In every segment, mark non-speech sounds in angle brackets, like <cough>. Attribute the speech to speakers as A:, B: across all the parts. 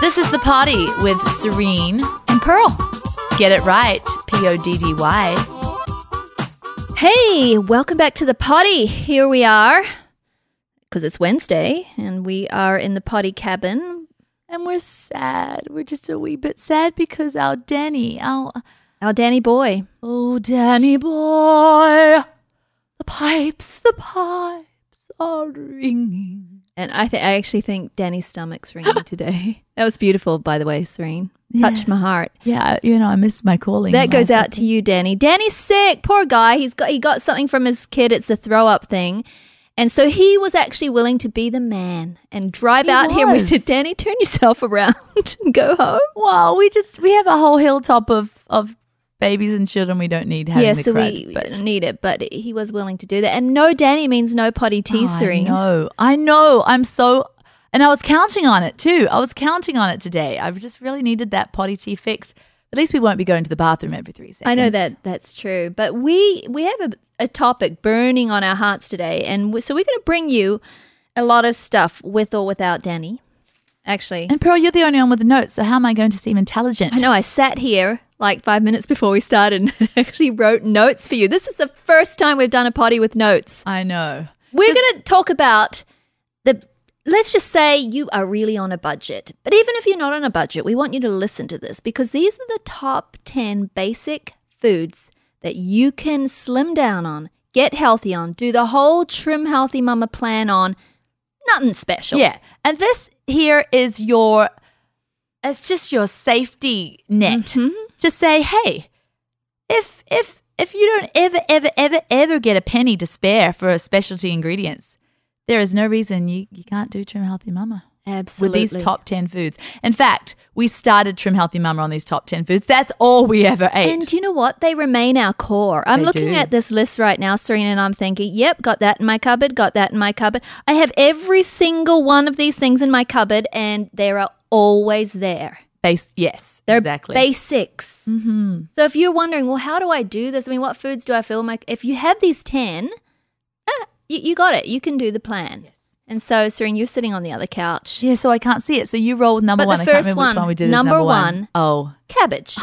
A: This is The Party with Serene.
B: And Pearl.
A: Get it right, P O D D Y.
B: Hey, welcome back to the potty. Here we are. Because it's Wednesday and we are in the potty cabin.
A: And we're sad. We're just a wee bit sad because our Danny, our
B: Our Danny boy.
A: oh Danny boy, the pipes, the pipes are ringing.
B: And I, th- I actually think Danny's
A: <laughs>
B: stomach's ringing today. That was beautiful, by the way, Serene. Touched
A: Yes.
B: my heart.
A: Yeah, you know I missed my calling.
B: That goes out to you, Danny. Danny's sick. Poor guy. He's got he got something from his kid. It's the throw up thing. And so he was actually willing to be the man and drive
A: He
B: out here. We
A: was.
B: said, Danny, turn yourself around <laughs> and go home.
A: Well, we just we have a whole hilltop of of babies and children we don't need having
B: yeah,
A: the
B: so
A: crud.
B: we, we
A: but
B: don't need it, but he was willing to do that. And no Danny means no potty tea, Serene.
A: Oh, I know. I know. I'm so. And I was counting on it too. I was counting on it today. I just really needed that potty tea fix. At least we won't be going to the bathroom every three seconds.
B: I know that that's true, but we we have a, a topic burning on our hearts today, and we, so we're going to bring you a lot of stuff with or without Danny. Actually,
A: And Pearl, you're the only one with the notes, so how am I going to seem intelligent?
B: I know I sat here like five minutes before we started and <laughs> actually wrote notes for you. This is the first time we've done a potty with notes.
A: I know.
B: We're going to talk about the. Let's just say you are really on a budget. But even if you're not on a budget, we want you to listen to this because these are the top 10 basic foods that you can slim down on, get healthy on, do the whole trim healthy mama plan on. Nothing special.
A: Yeah. And this here is your. It's just your safety net.
B: Mm-hmm.
A: To say, hey, if if if you don't ever ever ever ever get a penny to spare for specialty ingredients, there is no reason you, you can't do trim healthy mama.
B: Absolutely.
A: with these top 10 foods. In fact, we started Trim Healthy Mama on these top 10 foods. That's all we ever ate.
B: And you know what? They remain our core. I'm
A: They
B: looking
A: do.
B: at this list right now, Serena, and I'm thinking, yep, got that in my cupboard, got that in my cupboard. I have every single one of these things in my cupboard, and they are always there.
A: Base, yes,
B: They're
A: exactly.
B: basics. Mm-hmm. So if you're wondering, well, how do I do this? I mean, what foods do I feel like? If you have these 10, ah, you, you got it. You can do the plan. And so, Serena, you're sitting on the other couch.
A: yeah, so I can't see it. So you rolled number
B: But the
A: one. I can't
B: first
A: remember which
B: one,
A: one we did. as
B: number
A: number
B: one.
A: one. Oh, <laughs>
B: Cabbage.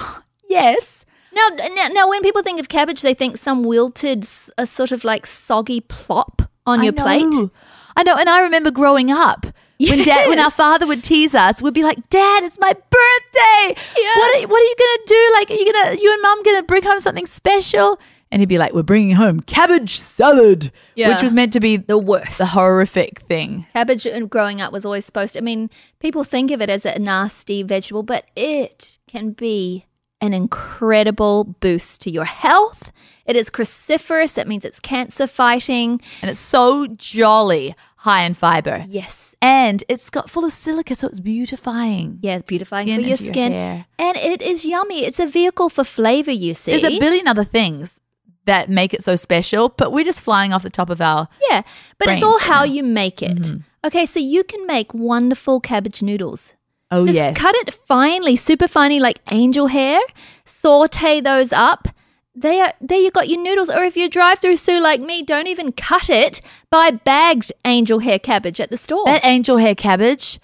A: yes.
B: Now, now, now, when people think of cabbage, they think some wilted, s- a sort of like soggy plop on
A: I
B: your plate.
A: know. I know. And I remember growing up. When dad, when our
B: Yes.
A: father would tease us, we'd be like, "Dad, it's my birthday.
B: Yeah.
A: What are, what are you gonna do? Like, are you gonna you and mom gonna bring home something special?" And he'd be like, "We're bringing home cabbage salad,
B: Yeah.
A: which was meant to be the,
B: The worst.
A: the horrific thing."
B: cabbage uh, growing up was always supposed to, I mean, people think of it as a nasty vegetable, but it can be an incredible boost to your health. It is cruciferous, that means it's cancer fighting.
A: and it's so jolly high in fiber.
B: Yes.
A: And it's got full of silica, so it's beautifying.
B: Yeah, beautifying
A: Skin
B: for your
A: into your
B: skin.
A: hair.
B: and it is yummy. It's a vehicle for flavor, you see.
A: There's a billion other things that make it so special, but we're just flying off the top of our.
B: Yeah, but it's
A: brains Mm-hmm.
B: all
A: right
B: how you make it. Okay, so you can make wonderful cabbage noodles.
A: Oh,
B: Just
A: yes.
B: cut it finely, super finely, like angel hair. Saute those up. They are, there you got your noodles. Or if you're drive through Sue like me, don't even cut it. Buy bagged angel hair cabbage at the store.
A: that angel hair cabbage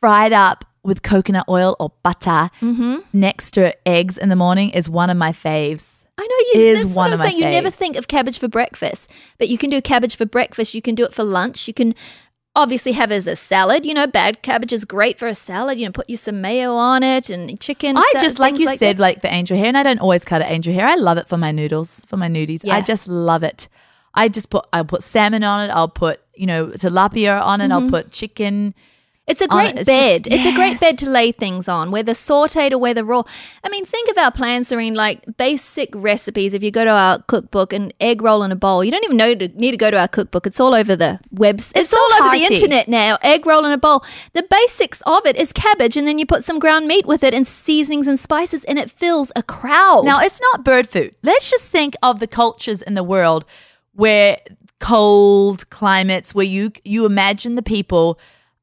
A: fried up with coconut oil or butter next to eggs in the morning is one of my faves.
B: I know you.
A: is
B: that's
A: one
B: what
A: of
B: I'm
A: my
B: saying. You never
A: faves.
B: think of cabbage for breakfast, but you can do cabbage for breakfast. You can do it for lunch. You can obviously have it as a salad. You know, bad cabbage is great for a salad. You know, put you some mayo on it and chicken.
A: I
B: sa-
A: just, like
B: things
A: you
B: that.
A: said, like the angel hair, and I don't always cut it angel hair. I love it for my noodles, for my nudies.
B: Yeah.
A: I just love it. I just put, I'll put salmon on it. I'll put, you know, tilapia on it. I'll put chicken.
B: It's a
A: on
B: great
A: it. Oh, It's
B: bed.
A: just-
B: It's a great
A: yes.
B: bed to lay things on, whether sauteed or whether raw. I mean, think of our plans, Serene, like basic recipes. If you go to our cookbook, an egg roll in a bowl, you don't even know to, need to go to our cookbook. It's all over the webs. It's,
A: so
B: all over the
A: hearty.
B: internet now. Egg roll in a bowl. The basics of it is cabbage, and then you put some ground meat with it and seasonings and spices, and it fills a crowd.
A: Now, it's not bird food. Let's just think of the cultures in the world where cold climates, where you you imagine the people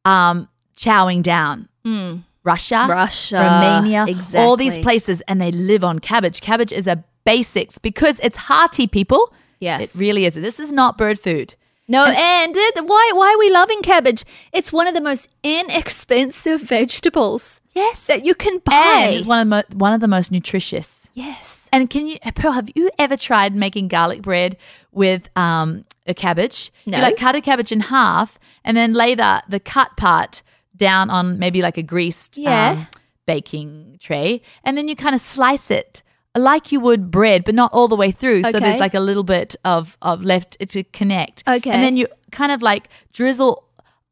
A: um, chowing down. Hmm. Russia,
B: Russia,
A: Romania, all these
B: exactly.
A: places, and they live on cabbage. Cabbage is a basics because it's hearty, people.
B: Yes.
A: It really is. This is not bird food.
B: No, and, th- th- why why are we loving cabbage? It's one of the most inexpensive <laughs> vegetables.
A: Yes.
B: that you can buy.
A: and it's one of, the mo- one of the most nutritious.
B: yes.
A: And can you, Pearl, have you ever tried making garlic bread with um, a cabbage?
B: No.
A: You like cut a cabbage in half and then lay the, the cut part down on maybe like a greased
B: Yeah.
A: um, baking tray. And then you kind of slice it like you would bread, but not all the way through. So
B: Okay.
A: there's like a little bit of, of left uh, to connect.
B: Okay.
A: And then you kind of like drizzle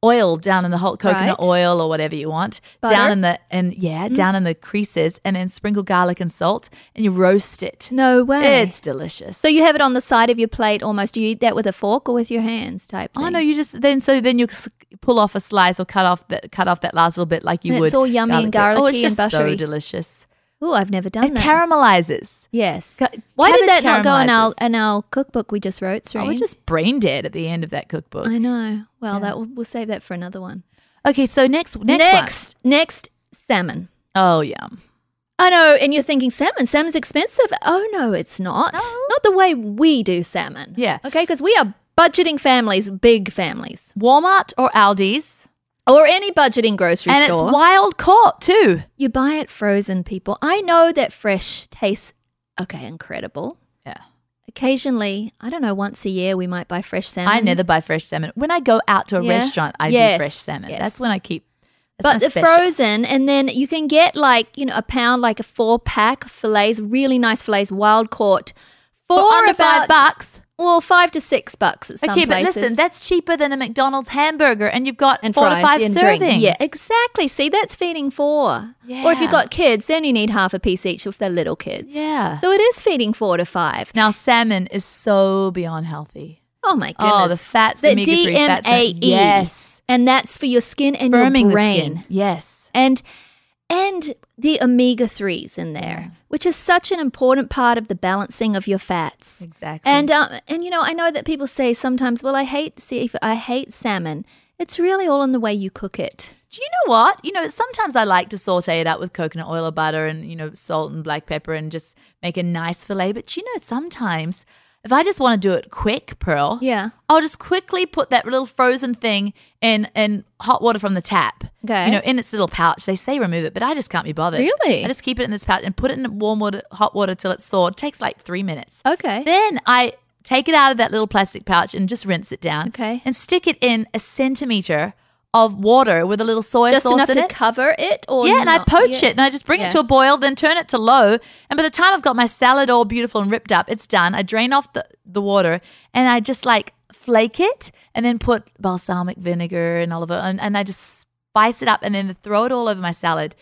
A: oil down in the whole coconut
B: Right.
A: oil or whatever you want down
B: Butter?
A: in the and yeah
B: Mm.
A: down in the creases and then sprinkle garlic and salt and you roast it
B: No way.
A: it's delicious
B: so you have it on the side of your plate almost. Do you eat that with a fork or with your hands type thing?
A: oh no you just then so then you s- pull off a slice or cut off that cut off that last little bit like you
B: And
A: would
B: it's all yummy and
A: bread. oh it's
B: garlicky and
A: just so
B: buttery.
A: delicious
B: Oh, I've never done
A: it
B: that.
A: caramelizes
B: yes.
A: Ca-
B: Why did that
A: cabbage
B: not go in our,
A: caramelizes.
B: in our cookbook we just wrote through?
A: oh, we're just brain dead at the end of that cookbook
B: I know. Well, that will, we'll save that for another one.
A: okay so next next, one.
B: next, next, salmon.
A: oh yum
B: I know, and you're thinking salmon. Salmon's expensive. Oh no, it's not.
A: No.
B: Not the way we do salmon.
A: Yeah.
B: Okay, because we are budgeting families, big families,
A: Walmart or Aldi's
B: or any budgeting grocery
A: and
B: store.
A: it's wild caught too
B: you buy it frozen, people. I know that fresh tastes okay, incredible.
A: yeah
B: Occasionally, I don't know, once a year we might buy fresh salmon.
A: I never buy fresh salmon. When I go out to a
B: Yeah.
A: restaurant, I
B: Yes,
A: do fresh salmon.
B: yes.
A: That's when I keep.
B: but
A: That's my
B: the
A: special.
B: frozen, and then you can get like you know a pound, like a four pack of fillets, really nice fillets, wild caught, for,
A: for under five
B: about
A: bucks.
B: well five to six bucks at some
A: Okay, but
B: places.
A: listen, that's cheaper than a McDonald's hamburger, and you've got
B: and
A: four
B: fries
A: to five
B: and
A: servings.
B: drink. Yeah, exactly. See, that's feeding four. Or if
A: Yeah.
B: you've got kids, they only need half a piece each if they're little kids.
A: Yeah.
B: So it is feeding four to five.
A: Now salmon is so beyond healthy.
B: Oh my goodness.
A: Oh, the fats, the omega-3 fats in it.
B: DMAE.
A: Yes.
B: E. And that's for your skin and
A: Firming
B: your
A: the
B: brain.
A: skin. Yes.
B: And and the omega 3s in there, which is such an important part of the balancing of your fats.
A: Exactly.
B: And um, and you know, I know that people say sometimes, well, I hate see, I hate salmon. It's really all in the way you cook it.
A: Do you know what? You know, sometimes I like to saute it out with coconut oil or butter and, you know, salt and black pepper and just make a nice filet. But you know, sometimes if I just want to do it quick, Pearl,
B: Yeah.
A: I'll just quickly put that little frozen thing in in hot water from the tap.
B: Okay.
A: You know, in its little pouch. They say remove it, but I just can't be bothered.
B: Really?
A: I just keep it in this pouch and put it in warm water, hot water till it's thawed. takes like three minutes.
B: Okay.
A: Then I take it out of that little plastic pouch and just rinse it down.
B: Okay.
A: And stick it in a centimeter of water with a little soy
B: just
A: sauce
B: enough
A: in
B: to
A: it.
B: cover it or
A: yeah, and I
B: not?
A: poach
B: Yeah.
A: it and I just bring
B: Yeah.
A: it to a boil, then turn it to low. And by the time I've got my salad all beautiful and ripped up, it's done. I drain off the, the water and I just like flake it and then put balsamic vinegar and olive oil and, and I just spice it up and then throw it all over my salad.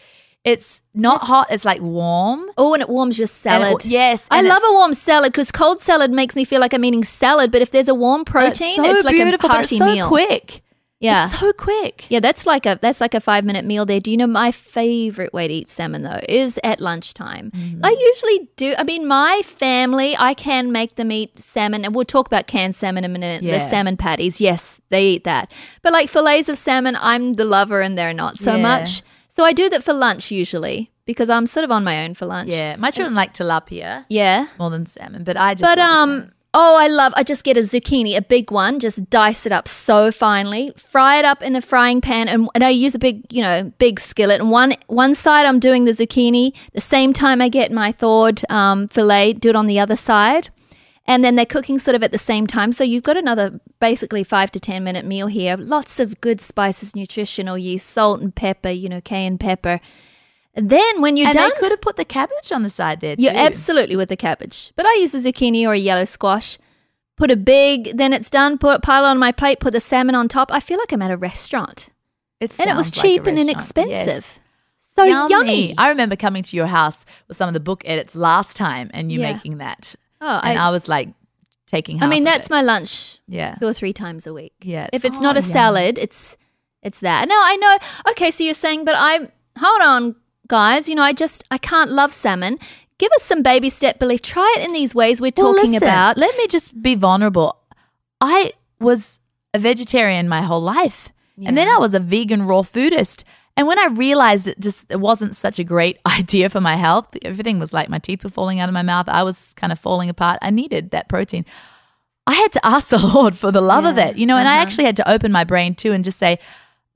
A: It's not hot, it's like warm.
B: Oh, and it warms your
A: And it-
B: salad.
A: yes.
B: I
A: and
B: love
A: it's-
B: a warm salad because cold salad makes me feel like I'm eating salad. But if there's a warm
A: it's
B: protein,
A: so
B: it's like a
A: beautiful, but
B: party
A: it's so
B: meal.
A: quick.
B: Yeah,
A: It's so quick.
B: yeah, that's like a that's like a five minute meal there. Do you know my favorite way to eat salmon though is at lunchtime.
A: Mm-hmm.
B: I usually do. I mean, my family, I can make them eat salmon, and we'll talk about canned salmon in a minute. The
A: Yeah.
B: salmon patties, yes, they eat that. But like fillets of salmon, I'm the lover, and they're not so
A: Yeah.
B: much. So I do that for lunch usually because I'm sort of on my own for lunch.
A: Yeah. My children like tilapia
B: yeah.
A: more than salmon, but I just
B: But
A: love the
B: um oh I love I just get a zucchini, a big one, just dice it up so finely, fry it up in a frying pan and, and I use a big, you know, big skillet and one one side I'm doing the zucchini, the same time I get my thawed um, fillet, do it on the other side. And then they're cooking sort of at the same time. So you've got another basically five to 10 minute meal here. Lots of good spices, nutritional yeast, salt and pepper, you know, cayenne pepper. And then when you're
A: and
B: done,
A: they could have put the cabbage on the side there too.
B: yeah, absolutely with the cabbage. But I use a zucchini or a yellow squash. Put a big, then it's done. Put pile it on my plate. Put the salmon on top. I feel like I'm at a restaurant,
A: It
B: and it was
A: sounds like a
B: cheap and
A: restaurant.
B: inexpensive.
A: Yes.
B: So yummy.
A: I remember coming to your house with some of the book edits last time and you
B: Yeah.
A: making that.
B: Oh,
A: and
B: I,
A: I, was like taking half
B: I mean
A: of
B: that's
A: it.
B: my lunch
A: Yeah.
B: two or three times a week.
A: Yeah.
B: If it's
A: Oh,
B: not a
A: yum.
B: salad, it's it's that. No, I know. Okay, so you're saying, but I'm hold on, guys. You know, I just I can't love salmon. Give us some baby step belief. Try it in these ways we're
A: Well,
B: talking
A: listen,
B: about.
A: Let me just be vulnerable. I was a vegetarian my whole life, and then I was a vegan raw foodist. And when I realized it just it wasn't such a great <laughs> idea for my health, everything was like my teeth were falling out of my mouth. I was kind of falling apart. I needed that protein. I had to ask the <laughs> Lord for the love of
B: Yeah, Uh-huh.
A: it, you know, and I actually had to open my brain too and just say,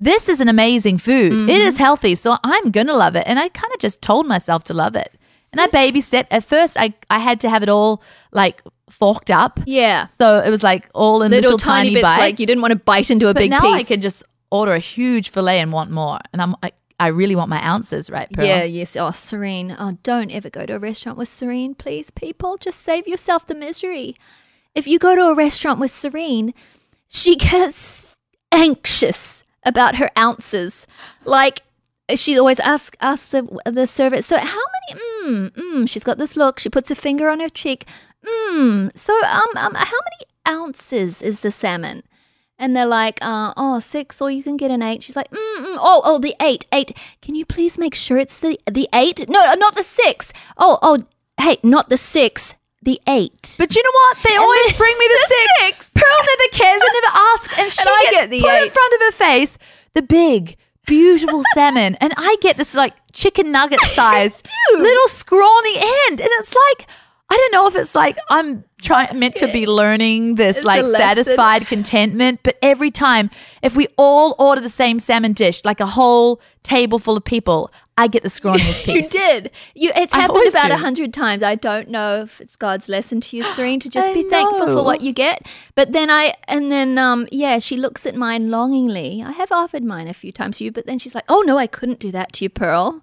A: this is an amazing food. It
B: Mm-hmm.
A: is healthy, so I'm going to love it. And I kind of just told myself to love it. And I babysat. At first, I, I had to have it all like forked up.
B: Yeah.
A: So it was like all in little,
B: Little, tiny, bits,
A: bites.
B: like you didn't want to bite into a
A: but
B: big
A: now
B: piece.
A: I can just order a huge fillet and want more. And I'm I, I really want my ounces, right? Pearl?
B: Yeah, yes. Oh, Serene. Oh, don't ever go to a restaurant with Serene, please, people. Just save yourself the misery. If you go to a restaurant with Serene, she <laughs> gets anxious about her ounces. Like, she always asks, asks the, the server, so how many? Mmm, mmm. She's got this look. She puts her finger on her cheek. Mmm. So, um, um, how many ounces is the salmon? And they're like, uh, oh, six, or you can get an eight. She's like, mm, mm, oh, oh, the eight, eight. Can you please make sure it's the the eight? No, not the six. Oh, oh, hey, not the six, the eight.
A: But you know what? They always
B: then-
A: bring me the, six. Pearl never cares and never asks, and she
B: <laughs> And I
A: gets
B: get the
A: put in
B: eight.
A: front of her face the big, beautiful
B: <laughs>
A: salmon, and I get this like chicken nugget sized
B: do.
A: little scrawny end, and it's like. I don't know if it's like I'm trying meant to be learning this
B: It's a
A: like
B: lesson.
A: satisfied contentment, but every time if we all order the same salmon dish, like a whole table full of people, I get the
B: <laughs>
A: scrawniest piece.
B: You did. You. It's
A: I
B: happened
A: always
B: about
A: do.
B: a hundred times. I don't know if it's God's lesson
A: <gasps>
B: to you, Serene, to just
A: I
B: be thankful
A: know.
B: for what you get. But then I, and then um, yeah, she looks at mine longingly. I have offered mine a few times to you, but then she's like, "Oh no, I couldn't do that to you, Pearl."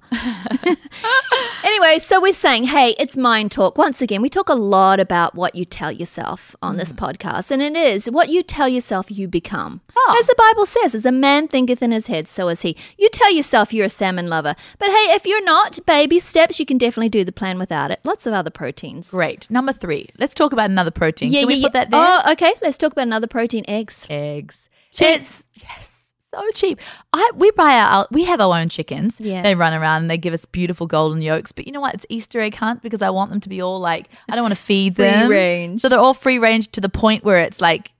B: Anyway, so we're saying, hey, it's mind talk. Once again, we talk a lot about what you tell yourself on this
A: Mm.
B: podcast, and it is what you tell yourself you become.
A: Oh.
B: As the Bible says, as a man thinketh in his head, so is he. You tell yourself you're a salmon lover, but hey, if you're not, baby steps, you can definitely do the plan without it. Lots of other proteins.
A: Great. Number three. Let's talk about another protein. Can we put that there?
B: Oh, okay. Let's talk about another protein: eggs.
A: eggs.
B: Cheap.
A: It's yes, so cheap. I we buy our we have our own chickens.
B: Yes.
A: They run around and they give us beautiful golden yolks. But you know what? It's Easter egg hunt because I want them to be all like I don't want to feed
B: Free
A: them.
B: range.
A: So they're all free range to the point where it's like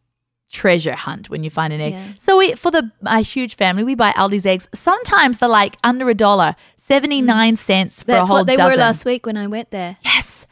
A: treasure hunt when you find an egg.
B: Yeah.
A: So we for the my huge family, we buy Aldi's eggs. Sometimes they're like under a dollar, seventy nine cents for a
B: That's
A: whole
B: what they
A: dozen.
B: were last week when I went there.
A: Yes.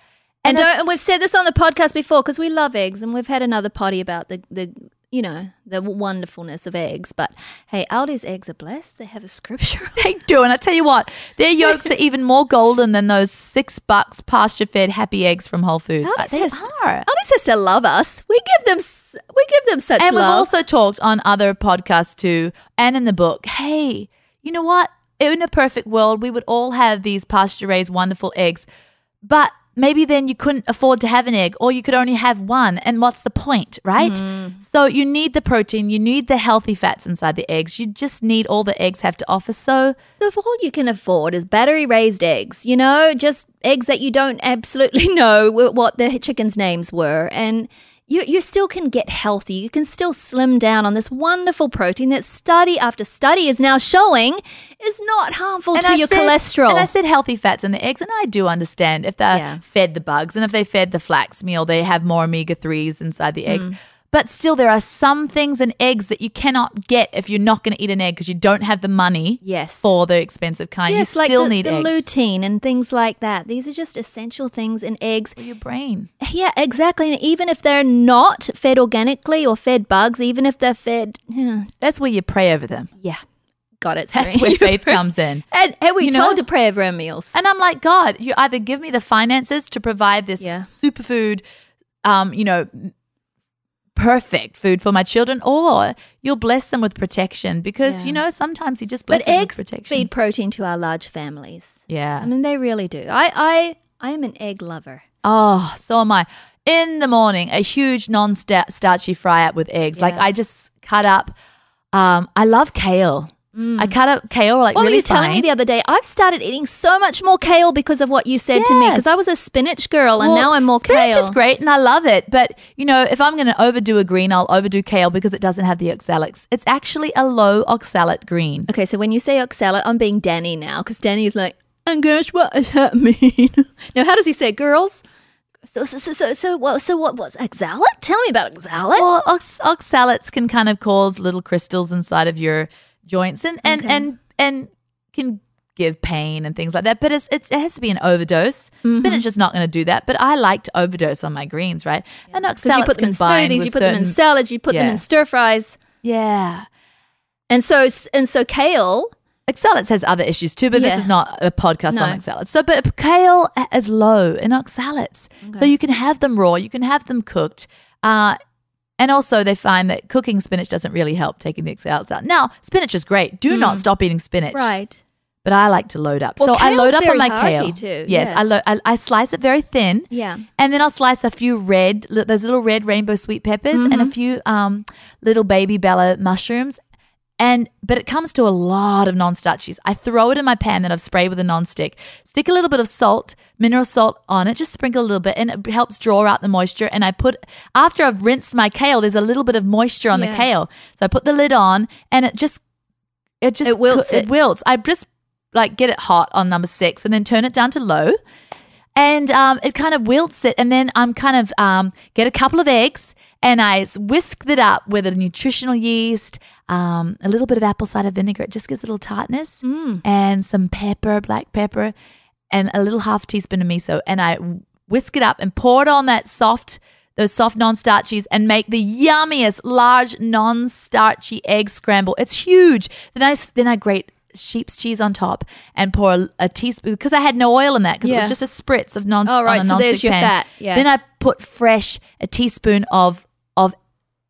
B: And,
A: it's-
B: don't, and we've said this on the podcast before because we love eggs, and we've had another potty about the the you know the wonderfulness of eggs. But hey, Aldi's eggs are blessed; they have a scripture. <laughs>
A: They do, and I tell you what, their yolks are even more golden than those six bucks pasture-fed happy eggs from Whole Foods.
B: Aldi's
A: Oh, they
B: has,
A: are.
B: Aldi's has to love us. We give them s- we give them such
A: And we've
B: love.
A: also talked on other podcasts too, and in the book. Hey, you know what? In a perfect world, we would all have these pasture-raised wonderful eggs, but maybe then you couldn't afford to have an egg, or you could only have one. And what's the point, right? So you need the protein, you need the healthy fats inside the eggs. You just need all the eggs have to offer. So
B: So if all you can afford is battery raised eggs, you know, just eggs that you don't absolutely <laughs> know wh- what the chickens' names were, and you, you still can get healthy. You can still slim down on this wonderful protein that study after study is now showing is not harmful to your cholesterol.
A: And I said healthy fats in the eggs, and I do understand if they're
B: Yeah.
A: fed the bugs and if they fed the flax meal, they have more omega 3s inside the eggs.
B: Mm.
A: But still, there are some things in eggs that you cannot get if you're not going to eat an egg because you don't have the money
B: yes.
A: for the expensive kind.
B: Yes,
A: you
B: like
A: still
B: the,
A: need
B: the
A: eggs
B: lutein and things like that. These are just essential things in eggs.
A: for your brain.
B: Yeah, exactly. And even if they're not fed organically or fed bugs, even if they're fed, <sighs> yeah,
A: That's where you pray over them.
B: Yeah. Got it.
A: That's
B: Serene.
A: where
B: <laughs>
A: faith comes in.
B: And, and we
A: You know?
B: told to pray over our meals.
A: And I'm like, God, you either give me the finances to provide this
B: Yeah.
A: superfood, um, you know, perfect food for my children, or you'll bless them with protection because
B: Yeah.
A: you know sometimes He just
B: But
A: blesses
B: eggs
A: with protection.
B: feed protein to our large families.
A: Yeah.
B: I mean, they really do. I, I, I am an egg lover.
A: oh, so am I. In the morning, a huge non-starchy fry up with eggs. Like
B: Yeah.
A: I just cut up. Um, I love kale. I cut up kale like
B: Mm. What
A: really
B: were you telling me
A: fine.
B: the other day? I've started eating so much more kale because of what you said to me.
A: Yes.
B: Because I was a spinach girl and
A: Well,
B: now I'm more
A: spinach
B: kale.
A: is great and I love it, but you know, if I'm going to overdo a green, I'll overdo kale because it doesn't have the oxalates. It's actually a low oxalate green.
B: Okay, so when you say oxalate, I'm being Danny now because Danny is like, and gosh, what does that <laughs> mean? now, how does he say, it? girls? So, so, so, so, so, what, so what was oxalate? Tell me about oxalate.
A: Well, ox- oxalates can kind of cause little crystals inside of your joints and and and and can give pain and things like that. But it's, it's it has to be an overdose.
B: Mm-hmm.
A: Spinach is not going to do that, but I like to overdose on my greens, right? And
B: Because
A: oxalates
B: you put them in
A: combined
B: smoothies,
A: with
B: you put them in
A: certain-
B: salads, you put them
A: Yeah.
B: in stir fries.
A: Yeah.
B: And so and so kale
A: Oxalates has other issues too, but
B: Yeah.
A: this is not a podcast
B: No.
A: on oxalates. So, but kale is low in oxalates, so you can have them raw, you can have them cooked, uh, and also they find that cooking spinach doesn't really help taking the oxalates out. Now, spinach is great. Do not stop eating spinach,
B: Mm. right.
A: But I like to load up,
B: Well,
A: so I
B: kale's
A: load up
B: very
A: on my kale.
B: hearty too,
A: Yes,
B: yes.
A: I, lo- I I slice it very thin.
B: Yeah.
A: And then I'll slice a few red, li- those little red rainbow sweet peppers, and a
B: Mm-hmm.
A: few um, little baby bella mushrooms. And but it comes to a lot of non-starches. I throw it in my pan that I've sprayed with a non-stick. Stick a little bit of salt, mineral salt on it. Just sprinkle a little bit, and it helps draw out the moisture. And I put after I've rinsed my kale, there's a little bit of moisture on
B: Yeah.
A: the kale, so I put the lid on, and it just it just
B: It
A: coo-
B: wilts it.
A: it wilts. I just like get it hot on number six, and then turn it down to low and um, it kind of wilts it. And then I'm kind of um, get a couple of eggs and I s- whisk that up with a nutritional yeast, um, a little bit of apple cider vinegar. It just gives it a little tartness and some pepper, black pepper, and a little half teaspoon of miso. And I whisk it up and pour it on that soft. Those soft non-starchies and make the yummiest large non-starchy egg scramble. It's huge. Then I s- then I grate sheep's cheese on top and pour a, a teaspoon because I had no oil in that because it
B: Yeah.
A: was just a spritz of non
B: Oh, right,
A: on a
B: so there's
A: nonstick
B: your
A: pan.
B: fat, yeah.
A: Then I put fresh a teaspoon of of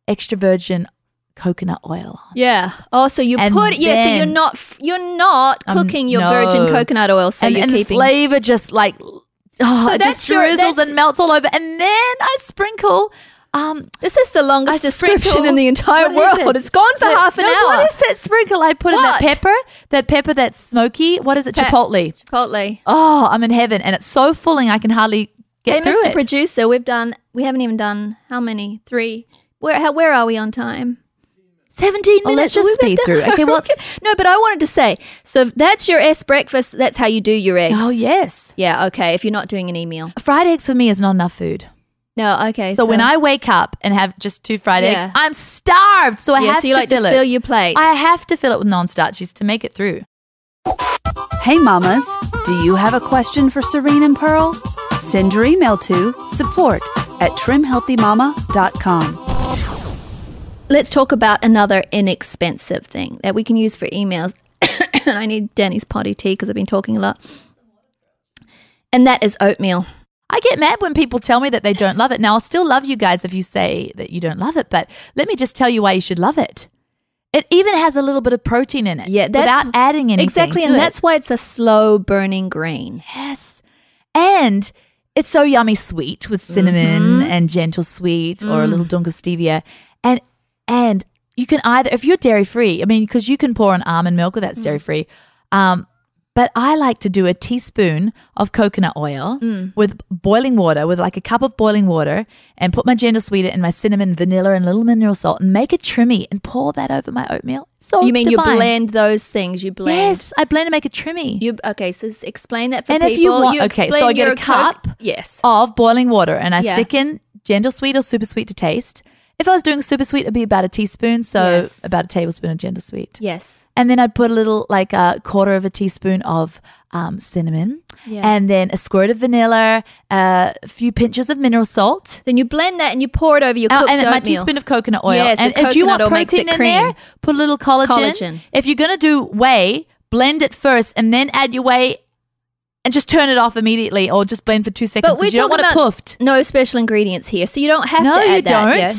A: extra virgin coconut oil. on.
B: Yeah. Oh, so you
A: And
B: put yeah. So you're
A: then-
B: not f- you're not
A: Um,
B: cooking your
A: no.
B: virgin coconut oil. So
A: and,
B: you're
A: and
B: keeping.
A: the flavor just like oh, it
B: that's
A: just
B: your-
A: drizzles
B: that's-
A: and melts all over. And then I sprinkle um
B: this is the longest
A: I
B: description
A: sprinkle-
B: in the <laughs> entire
A: what is
B: world.
A: it?
B: It's gone for
A: What-
B: half an
A: no,
B: hour.
A: What is that sprinkle I put in that
B: What?
A: pepper? That pepper that's smoky. What is it?
B: Pe-
A: Chipotle.
B: Chipotle.
A: Oh, I'm in heaven, and it's so fulling I can hardly
B: Hey,
A: get through
B: Mr.
A: it.
B: Producer, we've done. We haven't even done how many? Three. Where? How, where are we on time?
A: 17
B: Oh,
A: minutes. just
B: we've
A: speed
B: done-
A: through.
B: <laughs>
A: Okay, what's
B: no? But I wanted to say. So if that's your S breakfast. That's how you do your eggs.
A: Oh yes.
B: Yeah. Okay. If you're not doing any meal.
A: Fried eggs for me is not enough food.
B: No. Okay.
A: So, when I wake up and have just two fried
B: uh, Yeah.
A: eggs, I'm starved. So I
B: yeah,
A: have
B: so you
A: to
B: like
A: fill
B: to
A: it.
B: fill your plate.
A: I have to fill it with non-starches to make it through.
C: Hey mamas, do you have a question for Serene and Pearl? Send your email to support at trimhealthymama.com.
B: Let's talk about another inexpensive thing that we can use for emails. <coughs> and I need Danny's potty tea because I've been talking a lot. And that is oatmeal.
A: I get mad when people tell me that they don't love it. Now, I'll still love you guys if you say that you don't love it, but let me just tell you why you should love it. It even has a little bit of protein in it
B: Yeah, that's-
A: without adding anything.
B: exactly,
A: to
B: and
A: it.
B: that's why it's a slow burning green.
A: Yes. And it's so yummy sweet with cinnamon
B: Mm-hmm.
A: and gentle sweet or a
B: Mm.
A: little dunk of stevia. And and you can either if you're dairy free, I mean because you can pour an almond milk with
B: Mm.
A: that's dairy free. Um but I like to do a teaspoon of coconut oil
B: Mm.
A: with boiling water, with like a cup of boiling water, and put my gentle sweet and my cinnamon, vanilla, and a little mineral salt, and make a trimmy and pour that over my oatmeal. So
B: you mean you
A: Oh, divine.
B: blend those things? You blend.
A: Yes, I blend and make a trimmy.
B: You okay? So s- explain that for
A: And
B: people.
A: if you want- okay, so
B: explain
A: I get a
B: your
A: cup.
B: yes.
A: of boiling water and I
B: Yeah.
A: stick in gentle sweet or super sweet to taste. If I was doing super sweet, it'd be about a teaspoon, so
B: Yes.
A: about a tablespoon of gentle sweet.
B: Yes.
A: And then I'd put a little, like a quarter of a teaspoon of um, cinnamon,
B: Yeah.
A: and then a squirt of vanilla, uh, a few pinches of mineral salt,
B: Then you blend that and you pour it over your
A: Oh,
B: cooked
A: and
B: oatmeal.
A: my teaspoon of coconut oil.
B: Yes, the
A: and if you want
B: coconut oil makes
A: protein
B: it
A: in there,
B: cream.
A: put a little collagen.
B: Collagen.
A: If you're gonna do whey, blend it first, and then add your whey, and just turn it off immediately, or just blend for two seconds.
B: but we're
A: 'cause you don't
B: talking
A: want it
B: about
A: puffed.
B: no special ingredients here, so you don't have
A: no,
B: to. add
A: you
B: that,
A: don't.
B: yeah.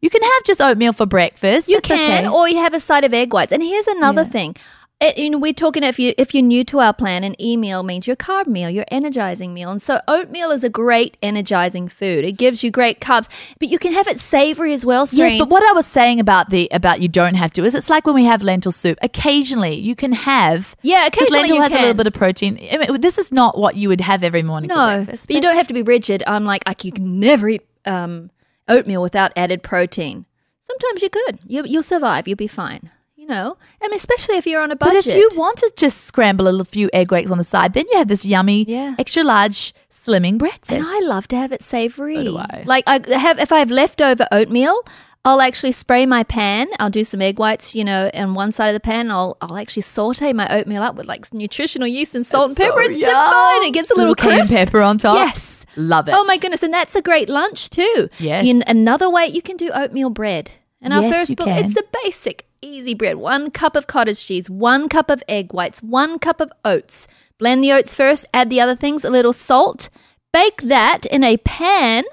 A: You can have just oatmeal for breakfast.
B: You
A: That's
B: can,
A: okay.
B: or you have a side of egg whites. And here's another
A: Yeah.
B: thing. It, you know, we're talking if you if you're new to our plan, an e meal means your carb meal, your energizing meal, and so oatmeal is a great energizing food. It gives you great carbs, but you can have it savory as well. Serene.
A: Yes, but what I was saying about the about you don't have to is it's like when we have lentil soup. Occasionally, you can have
B: yeah,
A: 'cause
B: occasionally
A: lentil
B: you
A: has
B: can.
A: a little bit of protein. I mean, this is not what you would have every morning. for
B: no,
A: breakfast,
B: but you don't have to be rigid. I'm like, I, you can never eat um, oatmeal without added protein. Sometimes you could. You, you'll survive. You'll be fine. You know, I mean, especially if you're on a
A: But
B: budget.
A: if you want to just scramble a little few egg whites on the side, then you have this yummy,
B: Yeah.
A: extra large, slimming breakfast.
B: And I love to have it savory.
A: So do I.
B: Like I have if I have leftover oatmeal, I'll actually spray my pan. I'll do some egg whites, you know, on one side of the pan. I'll I'll actually saute my oatmeal up with like nutritional yeast and salt and pepper.
A: So
B: it's
A: yum.
B: divine. It gets a little,
A: cayenne
B: crisp.
A: pepper on top.
B: Yes.
A: love it.
B: Oh my goodness! And that's a great lunch too.
A: Yes.
B: You- another way you can do oatmeal bread. And our
A: Yes,
B: first
A: you
B: book, it's
A: can.
B: the basic easy bread. One cup of cottage cheese, one cup of egg whites, one cup of oats. Blend the oats first, add the other things, a little salt. Bake that in a pan,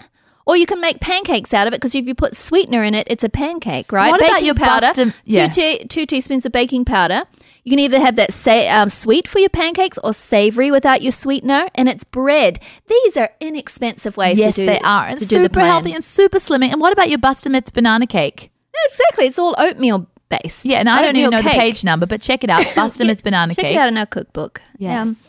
B: or you can make pancakes out of it because if you put sweetener in it, it's a pancake, right?
A: What about
B: baking
A: your
B: powder?
A: Boston- yeah.
B: Two, te- two teaspoons of baking powder. You can either have that sa- um, sweet for your pancakes or savory without your sweetener, and it's bread. These are inexpensive ways
A: yes,
B: to do
A: they are. And
B: to do the
A: super
B: plan.
A: healthy and super slimming. And what about your Buster Myth banana cake?
B: Exactly. It's all oatmeal based.
A: Yeah, and I don't even know
B: Oatmeal
A: the
B: cake.
A: page number, but check it
B: <laughs>
A: out. Buster Myth banana
B: Check
A: cake.
B: it out in our cookbook. Um,
A: Yes.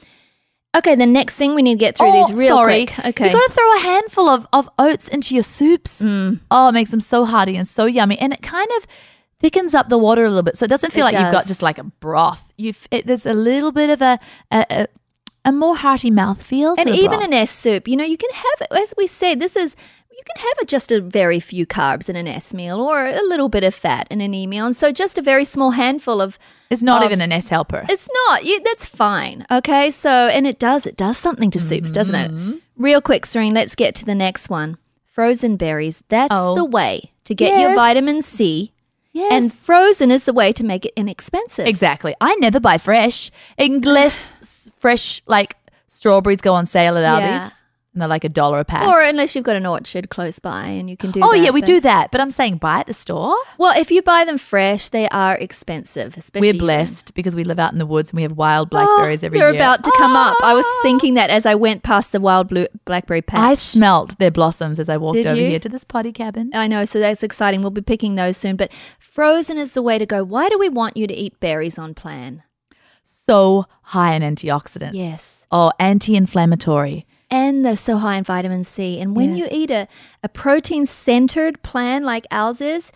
B: Okay, the next thing we need to get through
A: Oh,
B: these real
A: sorry.
B: quick. Okay.
A: You've got to throw a handful of, of oats into your soups.
B: Mm.
A: Oh, it makes them so hearty and so yummy. And it kind of thickens up the water a little bit. So it doesn't feel
B: It
A: like you've got
B: does.
A: just like a broth. You've, it, there's a little bit of a, a, a, a more hearty mouthfeel. to
B: and
A: the
B: even
A: broth.
B: an S soup, you know, you can have, as we said, this is, you can have it just a very few carbs in an S meal or a little bit of fat in an E meal. And so just a very small handful of,
A: It's not
B: of-
A: even an S helper.
B: It's not. You, that's fine. Okay. So, and it does. It does something to soups, doesn't
A: Mm-hmm.
B: it? Real quick, Serene, let's get to the next one. Frozen berries. That's
A: Oh.
B: the way to get your
A: Yes.
B: vitamin C.
A: Yes.
B: And frozen is the way to make it inexpensive.
A: Exactly. I never buy fresh unless s- fresh like strawberries go on sale at
B: Yeah.
A: Aldi's and they're like a dollar a pack.
B: Or unless you've got an orchard close by and you can do
A: oh
B: that,
A: yeah, we
B: but-
A: do that. But I'm saying buy at the store.
B: Well, if you buy them fresh, they are expensive, especially.
A: We're blessed because we live out in the woods and we have wild blackberries every
B: Oh, They're
A: year. Ah.
B: about to come up. I was thinking that as I went past the wild blue blackberry patch.
A: I smelt their blossoms as I walked
B: Did
A: over
B: you? Uh,
A: here to this potty cabin.
B: I know, so that's exciting. We'll be picking those soon. But frozen is the way to go. Why do we want you to eat berries on plan?
A: So high in antioxidants.
B: Yes.
A: Oh, anti-inflammatory.
B: And they're so high in vitamin C. And when
A: Yes.
B: you eat a, a protein centered plan like ours is,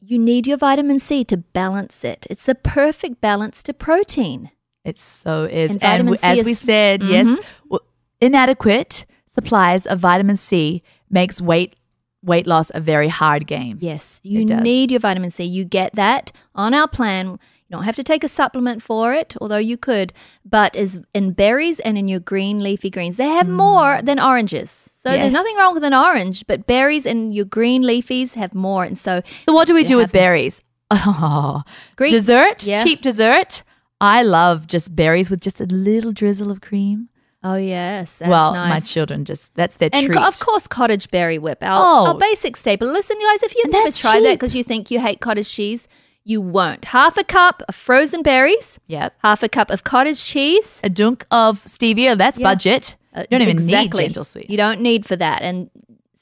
B: you need your vitamin C to balance it. It's the perfect balance to protein.
A: It so is.
B: And vitamin
A: we-
B: C
A: as
B: is- Mm-hmm.
A: we said, yes, w- inadequate supplies of vitamin C makes weight weight loss a very hard game.
B: Yes, you
A: It does.
B: need your vitamin C. You get that on our plan. You don't have to take a supplement for it, although you could, but is in berries and in your green leafy greens. They have more than oranges. So
A: Mm. Yes.
B: there's nothing wrong with an orange, but berries and your green leafies have more. And so
A: So what do we do with
B: have them.
A: berries? <laughs> Oh,
B: Greek-
A: dessert,
B: yeah.
A: cheap dessert. I love just berries with just a little drizzle of cream.
B: Oh yes, that's
A: well,
B: nice.
A: my children just that's their
B: and
A: treat.
B: co- of course, cottage berry whip, our,
A: Oh.
B: our basic staple. Listen, guys, if you've
A: And
B: never
A: that's
B: tried that
A: cheap.
B: because you think you hate cottage cheese, you won't. Half a cup of frozen berries,
A: Yep.
B: half a cup of cottage cheese,
A: A dunk of stevia, that's
B: Yeah.
A: budget.
B: Uh,
A: You don't even
B: exactly.
A: need gentle sweet.
B: You don't need for that. And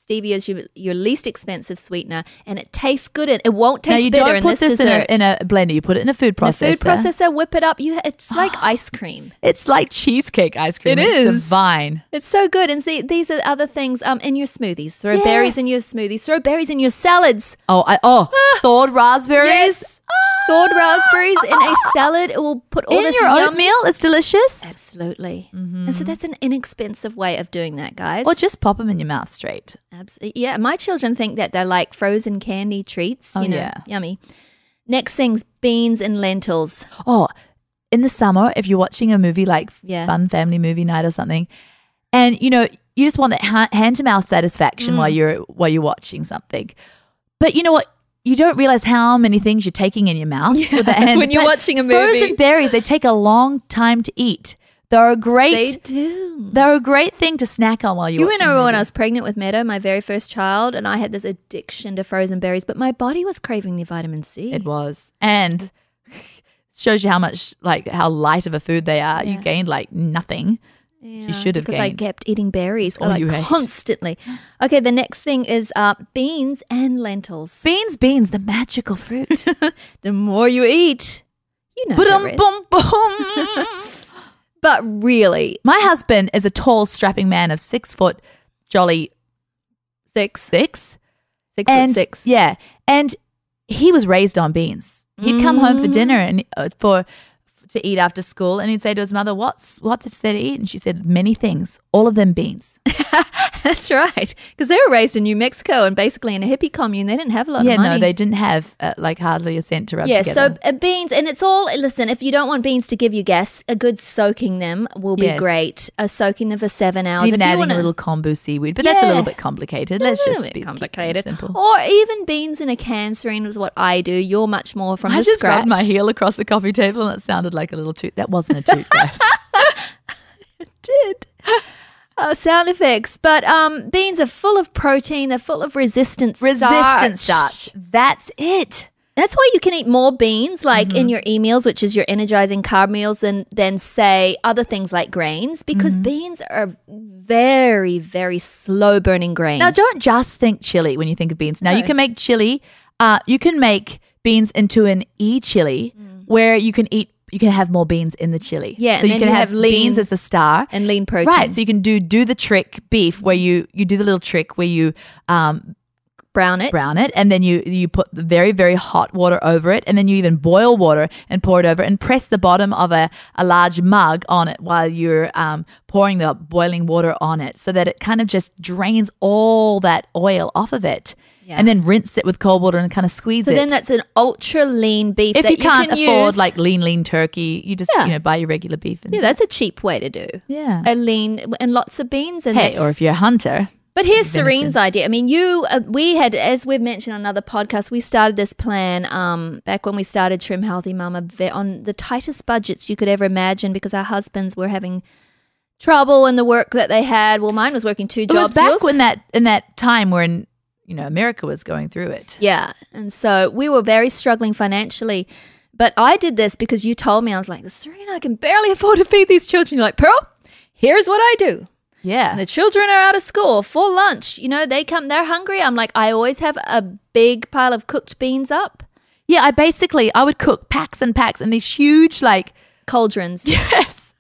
B: stevia is your, your least expensive sweetener, and it tastes good. And it won't
A: Now
B: taste
A: you
B: bitter
A: don't
B: in
A: put
B: this,
A: this, in, a,
B: dessert.
A: in a blender. You put it in a food
B: In a
A: processor.
B: food processor, whip it up. You, it's
A: <gasps>
B: like ice cream.
A: It's like cheesecake ice cream.
B: It
A: it's
B: is.
A: divine.
B: It's so good. And see, these are other things um in your smoothies. Throw berries in your
A: Yes.
B: smoothies. Throw berries in your salads.
A: Oh, I, oh, thawed raspberries
B: Ah. Yes. Thawed raspberries in
A: <laughs>
B: a salad. It will put all
A: in
B: this
A: your
B: yum-
A: oatmeal. It's delicious.
B: Absolutely. And so that's an inexpensive way of doing that, guys.
A: Or just pop them in your mouth straight.
B: Abs- yeah, my children think that they're like frozen candy treats. You
A: Oh,
B: know,
A: yeah.
B: yummy. Next thing's beans and lentils.
A: Oh, in the summer, if you're watching a movie like
B: Yeah.
A: fun family movie night or something, and you know you just want that hand to mouth satisfaction
B: Mm.
A: while you're while you're watching something, but you know what? You don't realize how many things you're taking in your mouth with
B: <laughs>
A: that hand.
B: when you're
A: But
B: watching a movie.
A: Frozen berries they take a long time to eat. They're a
B: They
A: great
B: do.
A: they are a great thing to snack on while you're
B: You
A: watching.
B: remember
A: a
B: when
A: movie.
B: I was pregnant with Meadow, my very first child, and I had this addiction to frozen berries, but my body was craving the vitamin C.
A: It was. And <laughs> shows you how much like how light of a food they are. You gained like nothing.
B: Yeah,
A: should have
B: because I
A: gained.
B: kept eating berries
A: That's all
B: like,
A: you ate. <gasps>
B: constantly. Okay, the next thing is uh, beans and lentils. <laughs>
A: Beans, beans, the magical fruit.
B: The more you eat, you know. the
A: Boom,
B: rest.
A: boom, boom.
B: But really,
A: <laughs> My husband is a tall, strapping man of six foot, jolly
B: six,
A: six.
B: six
A: and
B: foot six.
A: yeah, and he was raised on beans. He'd come home for dinner
B: Mm.
A: and uh, for to eat after school, and he'd say to his mother, "What's what's there to eat?" And she said, "Many things, all of them beans."
B: That's right. Because they were raised in New Mexico and basically in a hippie commune. They didn't have a lot
A: yeah,
B: of money.
A: no, they didn't have uh, like hardly a cent to rub
B: yeah,
A: together.
B: so uh, beans, and it's all. Listen, if you don't want beans to give you gas, a good soaking them will be
A: Yes.
B: great. Uh, soaking them for seven hours.
A: even
B: if you
A: adding
B: wanna,
A: a little kombu seaweed, but that's a
B: Yeah.
A: little bit complicated. Let's
B: a
A: just
B: little bit
A: be keep it
B: complicated,
A: simple.
B: or even beans in a can. Serene was what I do. You're much more from
A: I
B: the
A: just
B: scratch.
A: rubbed my heel across the coffee table, and it sounded like a little toot. That <laughs> wasn't a toothbrush.
B: did. Oh, sound effects. But um, beans are full of protein. They're full of resistance.
A: Resistance
B: starch.
A: starch. That's it.
B: That's why you can eat more beans, like
A: Mm-hmm.
B: in your e meals, which is your energizing carb meals, than than say other things like grains, because
A: Mm-hmm.
B: beans are very, very slow burning grain.
A: Now, don't just think chili when you think of beans. Now, you
B: No.
A: can make chili. Uh, you can make beans into an e chili, where you can eat. You can have more beans in the chili.
B: Mm. Yeah,
A: so
B: and
A: you
B: then
A: can
B: you
A: have,
B: have lean
A: beans as the star,
B: and lean protein.
A: right? So you can do do the trick beef, where you you do the little trick where you um,
B: brown it.
A: brown it, and then you you put the very very hot water over it, and then you even boil water and pour it over, and press the bottom of a a large mug on it while you're um, pouring the boiling water on it, so that it kind of just drains all that oil off of it, and then rinse it with cold water and kind of squeeze
B: So
A: it.
B: then that's an ultra lean beef.
A: if
B: that
A: you can't
B: can
A: afford
B: use.
A: like lean lean turkey, you just
B: Yeah.
A: you know buy your regular beef. And,
B: yeah, that's a cheap way to do.
A: yeah.
B: A lean and lots of beans in it.
A: Hey, or if you're a hunter,
B: But here's Serene's idea. I mean, you, uh, we had, as we've mentioned on other podcasts, we started this plan um, back when we started Trim Healthy Mama ve- on the tightest budgets you could ever imagine because our husbands were having trouble in the work that they had. Well, mine was working two
A: it was
B: jobs.
A: back
B: yours-
A: when that in that time when you know America was going through it.
B: yeah. And so we were very struggling financially. But I did this because you told me, I was like, Serena, I can barely afford to feed these children. You're like, Pearl, here's what I do.
A: Yeah,
B: And the children are out of school for lunch. You know, they come, they're hungry. I'm like, I always have a big pile of cooked beans up,
A: Yeah, I basically I would cook packs and packs and these huge
B: <laughs>
A: like <laughs>
B: cauldrons.
A: yes.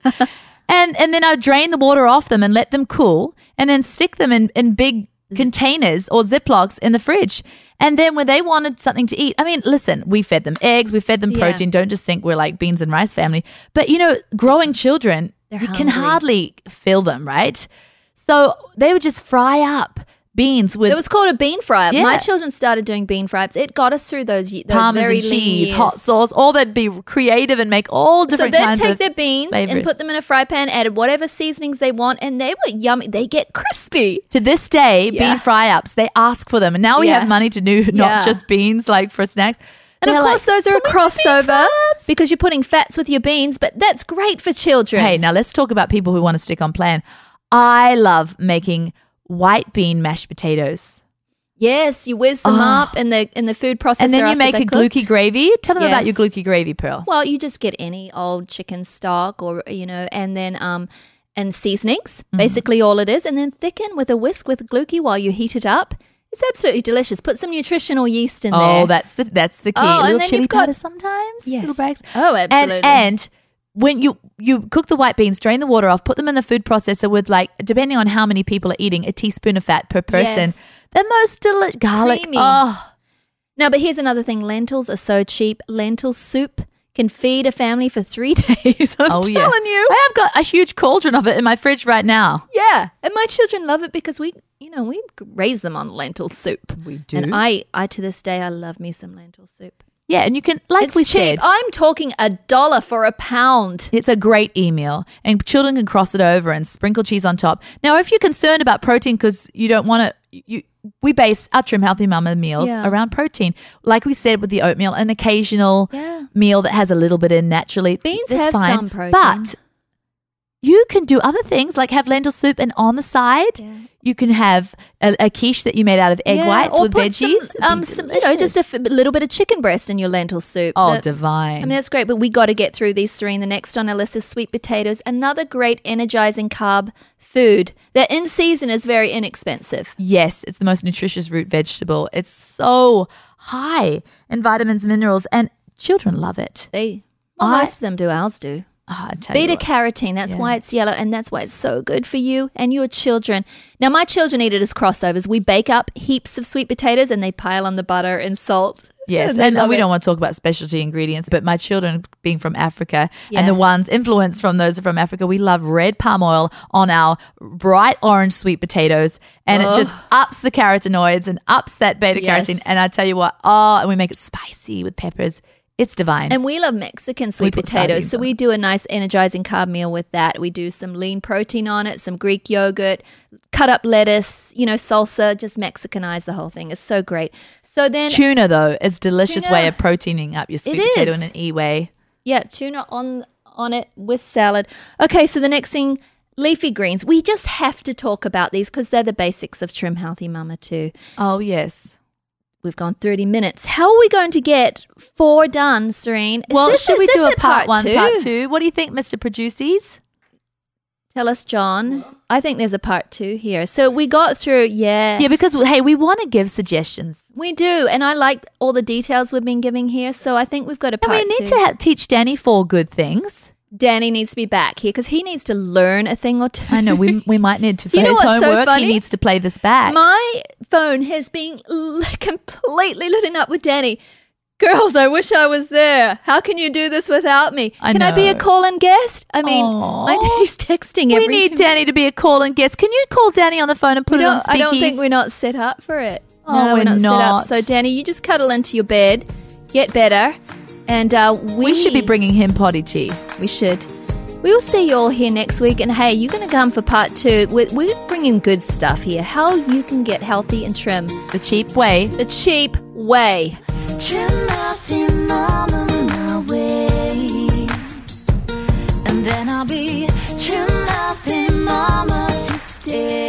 A: and and then I would drain the water off them and let them cool and then stick them in, in big containers or Ziplocs in the fridge. And then when they wanted something to eat, I mean, listen, we fed them eggs, we fed them
B: Yeah.
A: protein. Don't just think we're like beans and rice family. But you know, growing children,
B: They're
A: you can
B: hungry.
A: hardly fill them, right? So they would just fry up beans with
B: It was called a bean fry up. My
A: Yeah.
B: children started doing bean fry ups. It got us through those, ye- those
A: parmesan
B: very lean
A: cheese,
B: years.
A: hot sauce, all that'd be creative and make all
B: So
A: different
B: they'd
A: kinds
B: take
A: of
B: their beans and
A: flavors.
B: put them in a fry pan, added whatever seasonings they want, and they were yummy. They get crispy.
A: To this day,
B: Yeah.
A: bean fry ups, they ask for them. And now we
B: Yeah.
A: have money to do not
B: Yeah.
A: just beans like for snacks.
B: And
A: They're
B: of course,
A: like,
B: those are a
A: "Can we do bean
B: crossover
A: fry-ups?"
B: because you're putting fats with your beans, but that's great for children.
A: Hey, now let's talk about people who want to stick on plan. I love making white bean mashed potatoes.
B: yes, you whiz them
A: Oh.
B: up in the in the food processor,
A: and then you
B: after
A: make
B: they're
A: a
B: cooked.
A: gluey gravy. Tell them about your
B: Yes.
A: gluey gravy, Pearl.
B: Well, you just get any old chicken stock or you know, and then um and seasonings,
A: Mm-hmm.
B: basically all it is, and then thicken with a whisk with glucky while you heat it up. It's absolutely delicious. Put some nutritional yeast in there.
A: Oh, that's the that's the key.
B: Oh, and
A: little
B: then
A: chili
B: you've got-
A: powder sometimes. Little
B: Yes.
A: bags.
B: Oh, absolutely.
A: And, and when you you cook the white beans, drain the water off, put them in the food processor with like depending on how many people are eating, a teaspoon of fat per person.
B: Yes.
A: The most delicious garlic.
B: Creamy.
A: Oh,
B: No, but here's another thing: lentils are so cheap. Lentil soup can feed a family for three <laughs> days. I'm
A: oh
B: telling
A: yeah.
B: you.
A: I have got a huge cauldron of it in my fridge right now.
B: Yeah, and my children love it because we, you know, we raise them on lentil soup.
A: We
B: And I, I to this day, I love me some lentil soup.
A: yeah, and you can like
B: it's
A: we said,
B: cheap. I'm talking a dollar for a pound.
A: It's a great email, and children can cross it over and sprinkle cheese on top. Now, if you're concerned about protein because you don't want to, you we base our Trim Healthy Mama meals
B: Yeah.
A: around protein. Like we said with the oatmeal, an occasional
B: Yeah.
A: meal that has a little bit in naturally.
B: Beans
A: that's
B: have
A: fine,
B: some protein.
A: But you can do other things like have lentil soup, and on the side,
B: Yeah.
A: you can have a, a quiche that you made out of egg
B: Yeah,
A: whites
B: or
A: with
B: put
A: veggies. It'd
B: Some,
A: be
B: um, some, you know,
A: delicious.
B: just a f- little bit of chicken breast in your lentil soup.
A: oh,
B: That- I
A: divine.
B: mean, that's great, but we got to get through these three. And the next on our list is sweet potatoes, another great energizing carb food that in season is very inexpensive.
A: Yes, it's the most nutritious root vegetable. It's so high in vitamins, minerals, and children love it.
B: They, well,
A: I-
B: most of them do, ours do.
A: Oh, I tell you
B: Beta
A: what.
B: carotene, that's why it's yellow, and that's why it's so good for you and your children. Now, my children eat it as crossovers. We bake up heaps of sweet potatoes and they pile on the butter and salt.
A: Yes,
B: they
A: and
B: love
A: we
B: it.
A: don't want to talk about specialty ingredients, but my children being from Africa
B: Yeah.
A: and the ones influenced from those from Africa, we love red palm oil on our bright orange sweet potatoes, and it just ups the carotenoids and ups that beta carotene.
B: Yes.
A: And I tell you what, oh, and we make it spicy with peppers. It's divine.
B: And we love Mexican sweet
A: put
B: potatoes.
A: sardines
B: So
A: on
B: we do a nice energizing carb meal with that. We do some lean protein on it, some Greek yogurt, cut up lettuce, you know, salsa, just Mexicanize the whole thing. It's so great. So then,
A: tuna though is delicious
B: Tuna.
A: way of proteining up your sweet
B: It
A: potato
B: is.
A: in an e way.
B: yeah, tuna on on it with salad. Okay, so the next thing, leafy greens. We just have to talk about these because they're the basics of Trim Healthy Mama too.
A: Oh yes.
B: We've gone 30 minutes. How are we going to get four done, Serene? Is
A: well,
B: this-
A: should we
B: is
A: do
B: this
A: a part, one, part two? What do you think, Mister Producies?
B: Tell us, John. I think there's a part two here. So we got through, yeah.
A: Yeah, because hey, we want to give suggestions.
B: We do. And I like all the details we've been giving here. So I think we've got a
A: And
B: part
A: we need
B: two.
A: to ha- teach Danny four good things.
B: Danny needs to be back here because he needs to learn a thing or two.
A: I know we we might need to
B: Do
A: for
B: <laughs> you know
A: his
B: what's so
A: homework.
B: funny?
A: He needs to play this back.
B: My phone has been l- <laughs> completely looting up with Danny. Girls, I wish I was there. How can you do this without me?
A: I
B: can I be a
A: know.
B: call in guest? I mean,
A: Aw.
B: my he's <laughs> texting
A: we
B: every
A: need
B: two
A: Danny to be a call and guest. Can you call Danny on the phone and put
B: We
A: it on
B: don't, I
A: speakeasy?
B: don't think we're not set up for it.
A: Oh,
B: no, we're,
A: we're
B: not,
A: not.
B: set up. So, Danny, you just cuddle into your bed, get better, and uh, we,
A: We should be bringing him potty tea.
B: We should. We will see you all here next week. And hey, you're going to come for part two. We're, we're bringing good stuff here. How you can get healthy and trim
A: The cheap way.
B: the cheap way.
D: Trim healthy mama my way. And then I'll be trim healthy mama to stay.